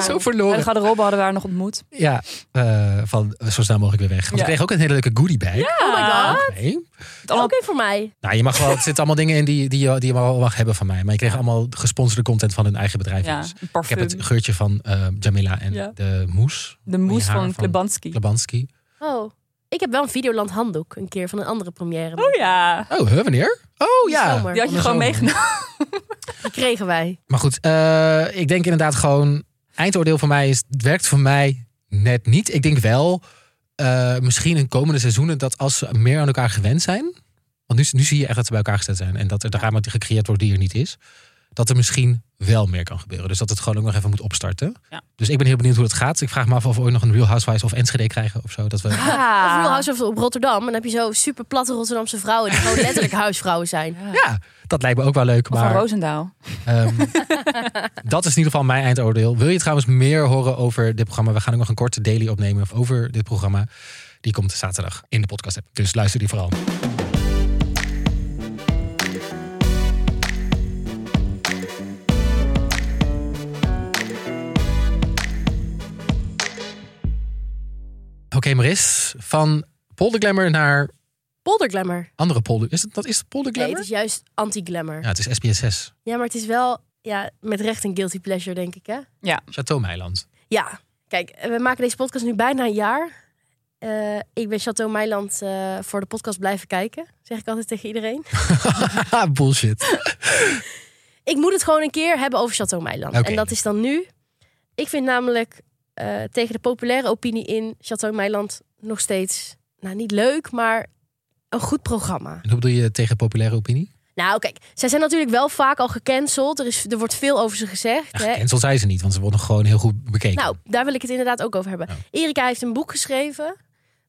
Speaker 2: En de
Speaker 3: verloren.
Speaker 2: garderobe hadden we haar nog ontmoet.
Speaker 3: Ja, eh, van eh, zo snel mogelijk weer weg. Want
Speaker 2: Ja.
Speaker 3: ik kreeg ook een hele leuke goodie bag.
Speaker 1: Oh my god.
Speaker 3: Nee.
Speaker 1: Oké
Speaker 2: Allemaal
Speaker 1: voor mij.
Speaker 3: Nou, je mag wel, er zitten allemaal dingen in die, die, je- die je wel mag hebben van mij. Maar je kreeg allemaal gesponsorde content van hun eigen bedrijf.
Speaker 2: ja,
Speaker 3: Dus
Speaker 2: een
Speaker 3: ik
Speaker 2: parfum.
Speaker 3: heb het geurtje van eh, Jamila en
Speaker 2: Ja.
Speaker 3: de moes,
Speaker 2: de moes
Speaker 3: haar
Speaker 2: van
Speaker 3: van-
Speaker 2: Klebanski.
Speaker 3: Klabanski.
Speaker 1: Oh. Ik heb wel een Videoland handdoek een keer van een andere première.
Speaker 2: Oh ja,
Speaker 3: Oh, huh, wanneer? Oh
Speaker 1: Die
Speaker 3: ja.
Speaker 1: zomer.
Speaker 2: die had je
Speaker 3: Andersom.
Speaker 2: gewoon meegenomen.
Speaker 1: Die kregen wij.
Speaker 3: Maar goed, eh, ik denk inderdaad gewoon... Eindoordeel van mij is, het werkt voor mij net niet. Ik denk wel, eh, misschien in komende seizoenen... dat als ze meer aan elkaar gewend zijn... want nu, nu zie je echt dat ze bij elkaar gezet zijn... en dat er drama die gecreëerd wordt die er niet is... dat er misschien wel meer kan gebeuren. Dus dat het gewoon ook nog even moet opstarten.
Speaker 2: Ja.
Speaker 3: Dus ik ben heel benieuwd hoe het gaat. Ik vraag me af of we ooit nog een Real Housewives of Enschede krijgen of zo.
Speaker 2: Ah.
Speaker 3: Dat we...
Speaker 1: Of Real
Speaker 2: Ja.
Speaker 1: House of op Rotterdam. En dan heb je zo super platte Rotterdamse vrouwen. Die gewoon letterlijk huisvrouwen zijn.
Speaker 3: Ja, dat lijkt me ook wel leuk.
Speaker 2: Of van
Speaker 3: maar...
Speaker 2: Roosendaal.
Speaker 3: Ehm, dat is in ieder geval mijn eindoordeel. Wil je trouwens meer horen over dit programma? We gaan ook nog een korte daily opnemen over dit programma. Die komt zaterdag in de podcast app. Dus luister die vooral. Oké Maris, van polderglammer naar
Speaker 1: Polderglamour.
Speaker 3: andere polder. Is het, dat is het
Speaker 1: Nee, het
Speaker 3: polderglammer?
Speaker 1: is juist anti-glamour.
Speaker 3: Ja,
Speaker 1: Ja.
Speaker 3: het is SBS6.
Speaker 1: maar het is wel ja, met recht een guilty pleasure, denk ik, hè?
Speaker 3: Chateau Meiland.
Speaker 1: Ja, kijk, eh, we maken deze podcast nu bijna een jaar. Eh, ik ben Chateau Meiland eh, voor de podcast blijven kijken. Zeg ik altijd tegen iedereen.
Speaker 3: Bullshit.
Speaker 1: Ik moet het gewoon een keer hebben over Chateau Meiland.
Speaker 3: Oké.
Speaker 1: En dat is dan nu. Ik vind namelijk eh, tegen de populaire opinie in Chateau Meiland nog steeds... Nou, niet leuk, maar een goed programma.
Speaker 3: En hoe bedoel je tegen populaire opinie?
Speaker 1: Nou, kijk, zij zijn natuurlijk wel vaak al gecanceld. Er, is, er wordt veel over ze gezegd. hè.
Speaker 3: Cancel zei ze niet, want ze worden gewoon heel goed bekeken.
Speaker 1: Nou, daar wil ik het inderdaad ook over hebben.
Speaker 3: Ja.
Speaker 1: Erika heeft een boek geschreven.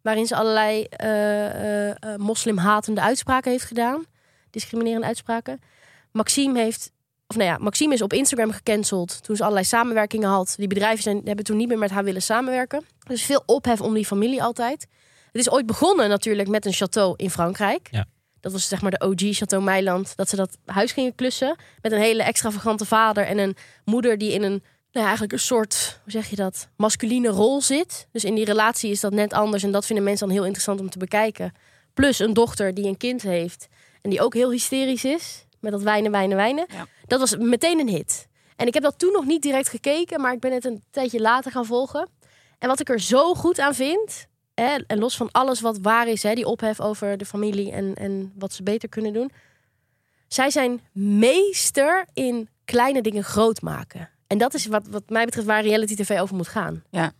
Speaker 1: waarin ze allerlei eh, eh, eh, moslimhatende uitspraken heeft gedaan. Discriminerende uitspraken. Maxime heeft. Of nou ja, Maxime is op Instagram gecanceld. toen ze allerlei samenwerkingen had. Die bedrijven zijn, hebben toen niet meer met haar willen samenwerken. Er is veel ophef om die familie altijd. Het is ooit begonnen natuurlijk met een château in Frankrijk.
Speaker 3: Ja.
Speaker 1: Dat was zeg maar de OG Château Meiland. Dat ze dat huis gingen klussen. Met een hele extravagante vader en een moeder die in een nou ja, eigenlijk een soort, hoe zeg je dat, masculine rol zit. Dus in die relatie is dat net anders en dat vinden mensen dan heel interessant om te bekijken. Plus een dochter die een kind heeft en die ook heel hysterisch is met dat wijnen, wijnen, wijnen.
Speaker 2: Ja.
Speaker 1: Dat was meteen een hit. En ik heb dat toen nog niet direct gekeken, maar ik ben het een tijdje later gaan volgen. En wat ik er zo goed aan vind, hè, en los van alles wat waar is, hè, die ophef over de familie en, en wat ze beter kunnen doen. Zij zijn meester in kleine dingen groot maken. En dat is wat, wat mij betreft waar reality tv over moet gaan.
Speaker 3: Ja?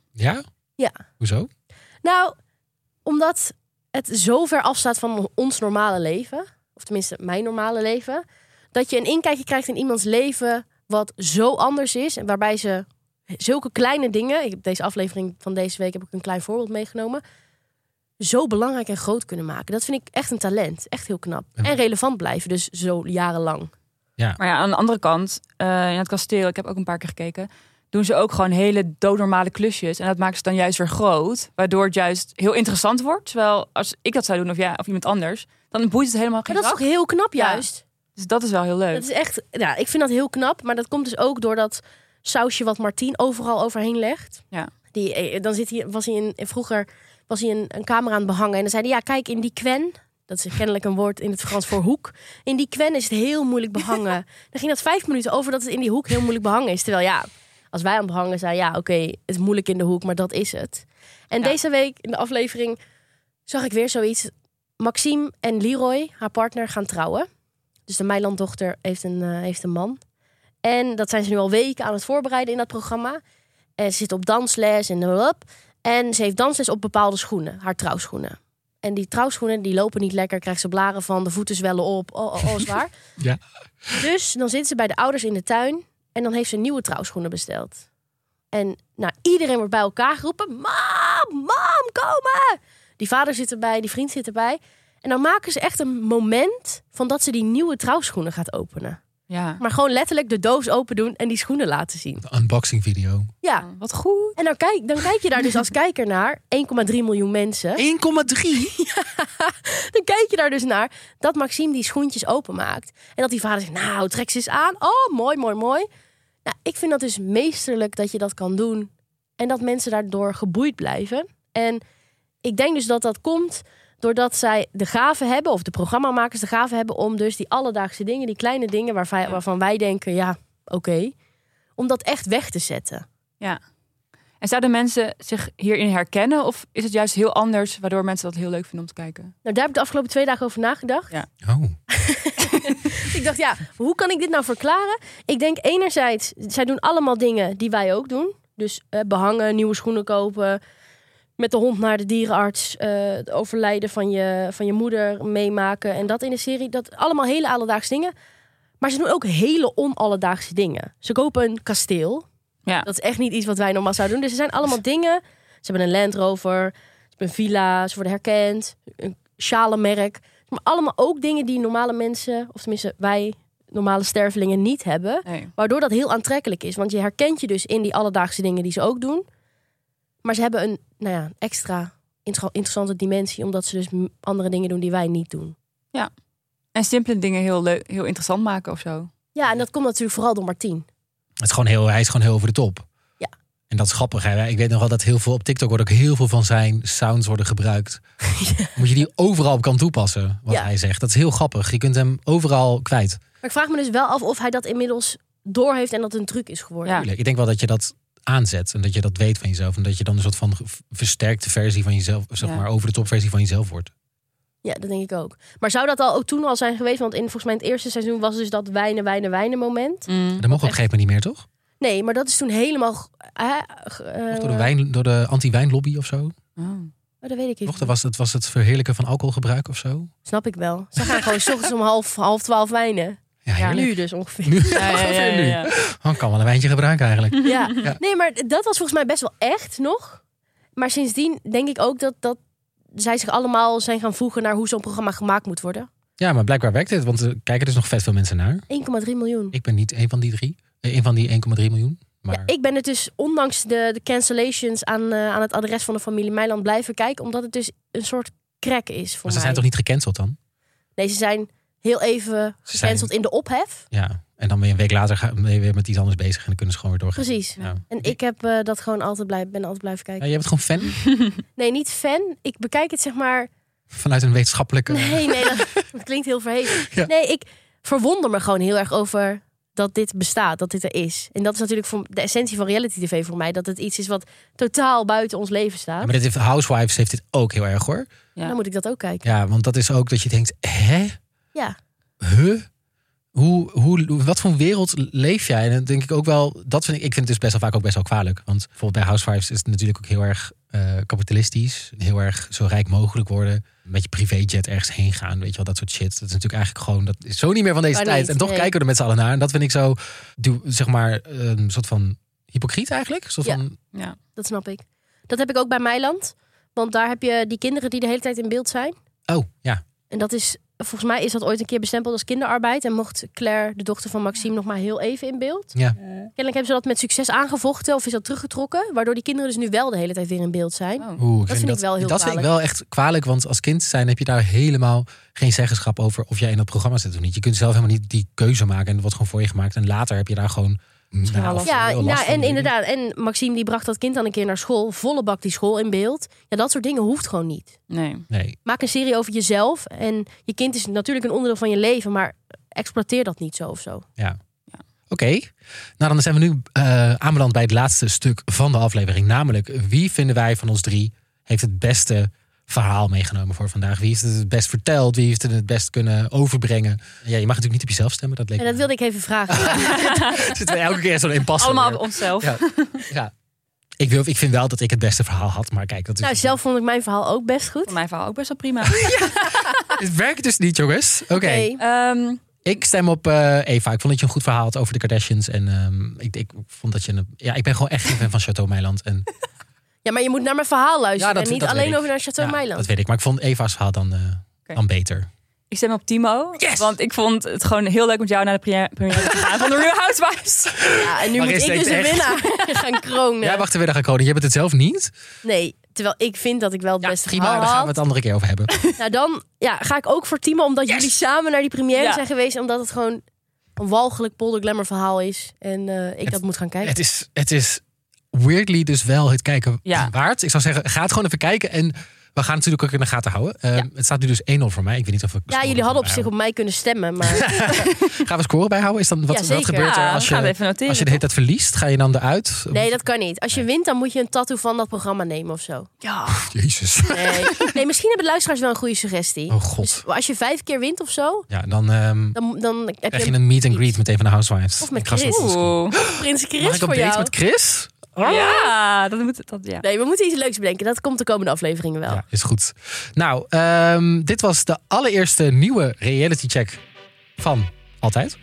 Speaker 1: Ja.
Speaker 3: Hoezo?
Speaker 1: Nou, omdat het zo ver afstaat van ons normale leven, of tenminste mijn normale leven, dat je een inkijkje krijgt in iemands leven wat zo anders is en waarbij ze zulke kleine dingen, ik heb deze aflevering van deze week heb ik een klein voorbeeld meegenomen, zo belangrijk en groot kunnen maken. Dat vind ik echt een talent, echt heel knap
Speaker 3: Ja.
Speaker 1: en relevant blijven, dus zo jarenlang.
Speaker 2: Maar ja, aan de andere kant, eh, in het kasteel, ik heb ook een paar keer gekeken, doen ze ook gewoon hele doodnormale klusjes. En dat maakt ze dan juist weer groot, waardoor het juist heel interessant wordt. Terwijl als ik dat zou doen, of, ja, of iemand anders, dan boeit het helemaal
Speaker 1: Maar
Speaker 2: geen
Speaker 1: dat is
Speaker 2: zak.
Speaker 1: toch heel knap
Speaker 2: Ja.
Speaker 1: juist.
Speaker 2: Dus dat is wel heel leuk.
Speaker 1: Dat is echt, ja, ik vind dat heel knap. Maar dat komt dus ook door dat sausje wat Martien overal overheen legt.
Speaker 2: Ja.
Speaker 1: Die, eh, dan zit hij, was hij een, eh, vroeger was hij een, een camera aan het behangen. En dan zei hij, ja, kijk in die quen. Dat is kennelijk een woord in het Frans voor hoek. In die quen is het heel moeilijk behangen. dan ging dat vijf minuten over dat het in die hoek heel moeilijk behangen is. Terwijl ja, als wij aan het behangen zijn, ja, oké, het is moeilijk in de hoek, maar dat is het. En
Speaker 2: Ja.
Speaker 1: deze week in de aflevering zag ik weer zoiets. Maxime en Leroy, haar partner, gaan trouwen. Dus de Meilanddochter heeft een, eh, heeft een man. En dat zijn ze nu al weken aan het voorbereiden in dat programma. En ze zit op dansles en blablab. En ze heeft dansles op bepaalde schoenen, haar trouwschoenen. En die trouwschoenen die lopen niet lekker, krijgt ze blaren van, de voeten zwellen op, oh, oh, oh zwaar.
Speaker 3: Ja.
Speaker 1: Dus dan zit ze bij de ouders in de tuin en dan heeft ze nieuwe trouwschoenen besteld. En nou, iedereen wordt bij elkaar geroepen, mam, mam, komen! Die vader zit erbij, die vriend zit erbij. En dan maken ze echt een moment van dat ze die nieuwe trouwschoenen gaat openen.
Speaker 2: Ja,
Speaker 1: Maar gewoon letterlijk de doos open doen en die schoenen laten zien.
Speaker 3: Een unboxing video.
Speaker 1: Ja,
Speaker 2: wat goed.
Speaker 1: en dan kijk, dan kijk je daar dus als kijker naar. 1,3 miljoen mensen.
Speaker 3: 1,3?
Speaker 1: Dan kijk je daar dus naar dat Maxime die schoentjes openmaakt. En dat die vader zegt, nou, trek ze eens aan. Oh, mooi, mooi, mooi. Nou, ik vind dat dus meesterlijk dat je dat kan doen. En dat mensen daardoor geboeid blijven. En ik denk dus dat dat komt doordat zij de gave hebben... of de programmamakers de gave hebben om dus die alledaagse dingen... die kleine dingen waarvan, waarvan wij denken, ja, oké... om dat echt weg te zetten.
Speaker 2: En zouden mensen zich hierin herkennen? Of is het juist heel anders, waardoor mensen dat heel leuk vinden om te kijken?
Speaker 1: Nou, daar heb ik de afgelopen twee dagen over nagedacht.
Speaker 3: Oh.
Speaker 1: ik dacht, ja, hoe kan ik dit nou verklaren? Ik denk enerzijds, zij doen allemaal dingen die wij ook doen. Dus eh, behangen, nieuwe schoenen kopen, met de hond naar de dierenarts, eh, het overlijden van je, van je moeder meemaken en dat in de serie. Dat allemaal hele alledaagse dingen. Maar ze doen ook hele onalledaagse dingen. Ze kopen een kasteel.
Speaker 2: Ja.
Speaker 1: Dat is echt niet iets wat wij normaal zouden doen. Dus er zijn allemaal dingen. Ze hebben een Land Rover, ze hebben een villa, ze worden herkend, een sjalenmerk. Maar allemaal ook dingen die normale mensen, of tenminste wij normale stervelingen niet hebben.
Speaker 2: Nee.
Speaker 1: Waardoor dat heel aantrekkelijk is. Want je herkent je dus in die alledaagse dingen die ze ook doen. Maar ze hebben een nou ja, extra inter- interessante dimensie. Omdat ze dus m- andere dingen doen die wij niet doen.
Speaker 2: En simpele dingen heel, leuk, heel interessant maken of zo.
Speaker 1: Ja, en dat komt natuurlijk vooral door Martien.
Speaker 3: Het is gewoon heel, hij is gewoon heel over de top.
Speaker 1: Ja.
Speaker 3: En dat is grappig. Hè? Ik weet nog wel dat heel veel op TikTok wordt ook heel veel van zijn sounds worden gebruikt. Moet je die overal op kan toepassen, wat
Speaker 1: Ja.
Speaker 3: hij zegt. Dat is heel grappig. Je kunt hem overal kwijt.
Speaker 1: Maar ik vraag me dus wel af of hij dat inmiddels door heeft en dat een truc is geworden.
Speaker 2: Ja.
Speaker 3: Tuurlijk. Ik denk wel dat je dat aanzet en dat je dat weet van jezelf. En dat je dan een soort van v- versterkte versie van jezelf, zeg
Speaker 2: Ja.
Speaker 3: maar, over de top versie van jezelf wordt.
Speaker 1: Ja, dat denk ik ook. Maar zou dat al ook toen al zijn geweest? Want in volgens mij het eerste seizoen was dus dat wijnen, wijnen, wijnen moment.
Speaker 3: Dat mogen we op een gegeven moment niet meer, toch?
Speaker 1: Nee, maar dat is toen helemaal... g- eh, g- eh,
Speaker 3: Of door de, wijn, door de anti-wijnlobby of zo?
Speaker 2: Oh.
Speaker 1: oh, dat weet ik
Speaker 3: Toch?
Speaker 1: niet.
Speaker 3: Dat was het, was het verheerlijken van alcoholgebruik of zo?
Speaker 1: Snap ik wel. Ze gaan gewoon 's ochtends om half, half twaalf wijnen.
Speaker 3: Ja, heerlijk.
Speaker 1: Nu dus ongeveer.
Speaker 3: Nu?
Speaker 2: Ja, ja, ja, ja, ja.
Speaker 3: Oh, kan wel een wijntje gebruiken eigenlijk.
Speaker 1: Ja.
Speaker 3: Ja.
Speaker 1: Nee, maar dat was volgens mij best wel echt nog. Maar sindsdien denk ik ook dat, dat zij zich allemaal zijn gaan voegen naar hoe zo'n programma gemaakt moet worden.
Speaker 3: Ja, maar blijkbaar werkt het, want er kijken dus nog vet veel mensen naar.
Speaker 1: 1,3 miljoen.
Speaker 3: Ik ben niet een van die drie. eh, Een van die 1,3 miljoen. Maar
Speaker 1: Ja, ik ben het dus, ondanks de, de cancellations aan, eh, aan het adres van de familie Meiland blijven kijken. Omdat het dus een soort crack is voor
Speaker 3: maar ze
Speaker 1: mij.
Speaker 3: zijn toch niet gecanceld dan?
Speaker 1: Nee, ze zijn heel even
Speaker 3: Ze zijn-
Speaker 1: gecanceld in de ophef.
Speaker 3: Ja. En dan ben je een week later ga, ben je weer met iets anders bezig en dan kunnen ze gewoon weer doorgaan.
Speaker 1: Precies.
Speaker 3: Ja.
Speaker 1: En ik heb eh, dat gewoon altijd blijven, ben altijd blijven
Speaker 3: Ja,
Speaker 1: kijken.
Speaker 3: jij bent gewoon fan
Speaker 1: Nee, niet fan. Ik bekijk het zeg maar
Speaker 3: vanuit een wetenschappelijke...
Speaker 1: Nee, nee, dat, dat klinkt heel verheven.
Speaker 3: Ja.
Speaker 1: Nee, ik verwonder me gewoon heel erg over dat dit bestaat, dat dit er is. En dat is natuurlijk voor de essentie van reality tv voor mij. Dat het iets is wat totaal buiten ons leven
Speaker 3: Ja,
Speaker 1: staat.
Speaker 3: maar dit heeft, Housewives heeft dit ook heel erg hoor.
Speaker 2: Ja.
Speaker 1: Dan moet ik dat ook kijken.
Speaker 3: Ja, want dat is ook dat je denkt, hè?
Speaker 1: Ja.
Speaker 3: Huh? Hoe, hoe, wat voor een wereld leef jij? En dan denk ik ook wel, dat vind ik, ik vind het dus best wel vaak ook best wel kwalijk. Want bijvoorbeeld bij Housewives is het natuurlijk ook heel erg eh, kapitalistisch. Heel erg zo rijk mogelijk worden. Met je privéjet ergens heen gaan, weet je wel, dat soort shit. Dat is natuurlijk eigenlijk gewoon, dat is zo niet meer van deze
Speaker 1: Kan
Speaker 3: tijd.
Speaker 1: niet,
Speaker 3: en toch
Speaker 1: nee.
Speaker 3: kijken we er met z'n allen naar. En dat vind ik zo, doe- zeg maar, een soort van hypocriet eigenlijk. Een soort
Speaker 1: Ja.
Speaker 3: van,
Speaker 2: Ja.
Speaker 1: Dat snap ik. Dat heb ik ook bij Meiland. Want daar heb je die kinderen die de hele tijd in beeld zijn.
Speaker 3: oh, ja.
Speaker 1: En dat is, volgens mij is dat ooit een keer bestempeld als kinderarbeid. En mocht Claire, de dochter van Maxime, nog maar heel even in beeld.
Speaker 3: Ja.
Speaker 1: Kennelijk hebben ze dat met succes aangevochten of is dat teruggetrokken. Waardoor die kinderen dus nu wel de hele tijd weer in beeld zijn.
Speaker 2: Oh.
Speaker 3: Oeh, ik
Speaker 1: vind ik wel heel
Speaker 3: Dat vind ik wel echt kwalijk, want als kind zijn heb je daar helemaal geen zeggenschap over of jij in dat programma zit of niet. Je kunt zelf helemaal niet die keuze maken en dat wordt gewoon voor je gemaakt. En later heb je daar gewoon. nou,
Speaker 2: wel
Speaker 3: of
Speaker 2: last.
Speaker 1: Mm. Ja,
Speaker 3: heel last
Speaker 1: nou,
Speaker 3: van.
Speaker 1: en inderdaad. En Maxime die bracht dat kind dan een keer naar school. Volle bak die school in beeld. Ja, dat soort dingen hoeft gewoon niet.
Speaker 2: Nee.
Speaker 3: Nee,
Speaker 1: Maak een serie over jezelf. En je kind is natuurlijk een onderdeel van je leven. Maar exploiteer dat niet zo of zo.
Speaker 3: ja. Oké, nou dan zijn we nu eh aanbeland bij het laatste stuk van de aflevering. Namelijk, wie vinden wij van ons drie heeft het beste verhaal meegenomen voor vandaag? Wie heeft het het best verteld? Wie heeft het het best kunnen overbrengen? Ja, je mag natuurlijk niet op jezelf stemmen, dat leek
Speaker 1: En
Speaker 3: me-
Speaker 1: dat wilde ik even vragen.
Speaker 3: Zitten we elke keer zo'n impasse.
Speaker 2: Allemaal
Speaker 3: weer.
Speaker 2: op onszelf.
Speaker 3: Ja. ja. Ik, wil, ik vind wel dat ik het beste verhaal had, maar kijk, dat is,
Speaker 1: nou, zelf vond ik mijn verhaal ook best goed.
Speaker 2: Voor mijn verhaal ook best wel prima.
Speaker 3: het werkt dus niet, jongens. Oké,
Speaker 1: Oké.
Speaker 2: Ehm,
Speaker 3: ik stem op eh, Eva. Ik vond dat je een goed verhaal had over de Kardashians. En ehm, ik, ik vond dat je een. Ja, ik ben gewoon echt een fan van Chateau Meiland. En,
Speaker 1: Ja, maar je moet naar mijn verhaal luisteren.
Speaker 3: Ja, dat-
Speaker 1: en niet
Speaker 3: dat weet
Speaker 1: alleen
Speaker 3: ik.
Speaker 1: over naar Chateau
Speaker 3: ja,
Speaker 1: Meiland.
Speaker 3: Dat weet ik, maar ik vond Eva's verhaal dan, eh, dan beter.
Speaker 2: ik stem op Timo. Want ik vond het gewoon heel leuk met jou naar de première première te gaan van The Real Housewives.
Speaker 1: Ja, en nu
Speaker 3: Maar
Speaker 1: moet
Speaker 3: is
Speaker 1: ik
Speaker 3: dit
Speaker 1: dus een
Speaker 3: echt?
Speaker 1: winnaar gaan kronen.
Speaker 3: Jij wacht er weer aan Cody. Je hebt het zelf niet.
Speaker 1: Nee, terwijl ik vind dat ik wel het
Speaker 3: Ja,
Speaker 1: beste
Speaker 3: prima.
Speaker 1: verhaal
Speaker 3: Daar gaan we
Speaker 1: had.
Speaker 3: het andere keer over hebben.
Speaker 1: Nou, dan ja, ga ik ook voor Timo, omdat jullie samen naar die première
Speaker 2: Ja.
Speaker 1: zijn geweest. Omdat het gewoon een walgelijk polder glamour verhaal is. En eh, ik
Speaker 3: Het-
Speaker 1: dat moet gaan kijken.
Speaker 3: Het is, het is weirdly dus wel het kijken
Speaker 2: Ja.
Speaker 3: waard. Ik zou zeggen, ga het gewoon even kijken. En we gaan natuurlijk ook in de gaten houden. Ehm,
Speaker 2: Ja.
Speaker 3: Het staat nu dus 1-0 voor mij. Ik weet niet of we
Speaker 1: ja,
Speaker 3: scoren
Speaker 1: jullie hadden op
Speaker 3: bijhouden.
Speaker 1: zich op mij kunnen stemmen. Maar
Speaker 3: Gaan we scoren bijhouden? Is dan, wat,
Speaker 1: Ja,
Speaker 3: wat
Speaker 1: zeker.
Speaker 3: gebeurt er
Speaker 2: Ja,
Speaker 3: als
Speaker 2: we gaan het
Speaker 3: je,
Speaker 2: even noteren.
Speaker 3: als je de hele tijd verliest? Ga je dan eruit?
Speaker 1: nee, dat kan niet. Als je wint, dan moet je een tattoo van dat programma nemen of zo.
Speaker 2: Ja.
Speaker 3: Jezus.
Speaker 1: Nee, nee misschien hebben de luisteraars wel een goede suggestie.
Speaker 3: Oh god.
Speaker 1: Dus als je vijf keer wint of zo,
Speaker 3: Ja, dan ehm,
Speaker 1: dan, dan heb
Speaker 3: krijg
Speaker 1: je
Speaker 3: je een meet and
Speaker 1: iets.
Speaker 3: greet met een van de housewives.
Speaker 1: Of met
Speaker 3: Ik ga zo-
Speaker 1: Chris.
Speaker 2: Oeh.
Speaker 1: Prins
Speaker 3: Mag
Speaker 1: Chris
Speaker 3: ik op
Speaker 1: voor
Speaker 3: date
Speaker 1: jou.
Speaker 3: met Chris?
Speaker 2: Ja, dat moet dat ja.
Speaker 1: Nee, we moeten iets leuks bedenken. Dat komt de komende afleveringen wel.
Speaker 3: Ja, is goed. Nou, ehm, dit was de allereerste nieuwe reality check van altijd.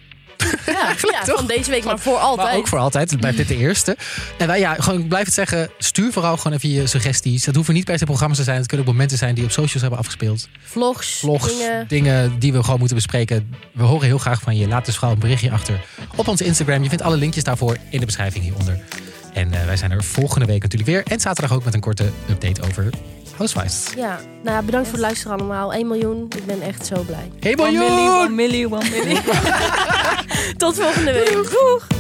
Speaker 1: Ja, ja,
Speaker 3: toch?
Speaker 1: van deze week, maar voor altijd.
Speaker 3: Maar ook voor altijd. Het blijft dit de eerste. En wij, ja, gewoon, ik blijf het zeggen. Stuur vooral gewoon even je suggesties. Dat hoeven niet per se programma's te zijn. Het kunnen ook momenten zijn die op socials hebben afgespeeld.
Speaker 1: Vlogs,
Speaker 3: vlogs, dingen.
Speaker 1: dingen.
Speaker 3: die we gewoon moeten bespreken. We horen heel graag van je. Laat dus vooral een berichtje achter op onze Instagram. Je vindt alle linkjes daarvoor in de beschrijving hieronder. En eh, wij zijn er volgende week natuurlijk weer. En zaterdag ook met een korte update over Housewives.
Speaker 1: Ja, nou ja, bedankt voor het luisteren allemaal. 1 miljoen, ik ben echt zo blij.
Speaker 3: Hey
Speaker 2: One milli,
Speaker 3: miljoen!
Speaker 2: one milli, one milli.
Speaker 1: Tot volgende week. Doeg.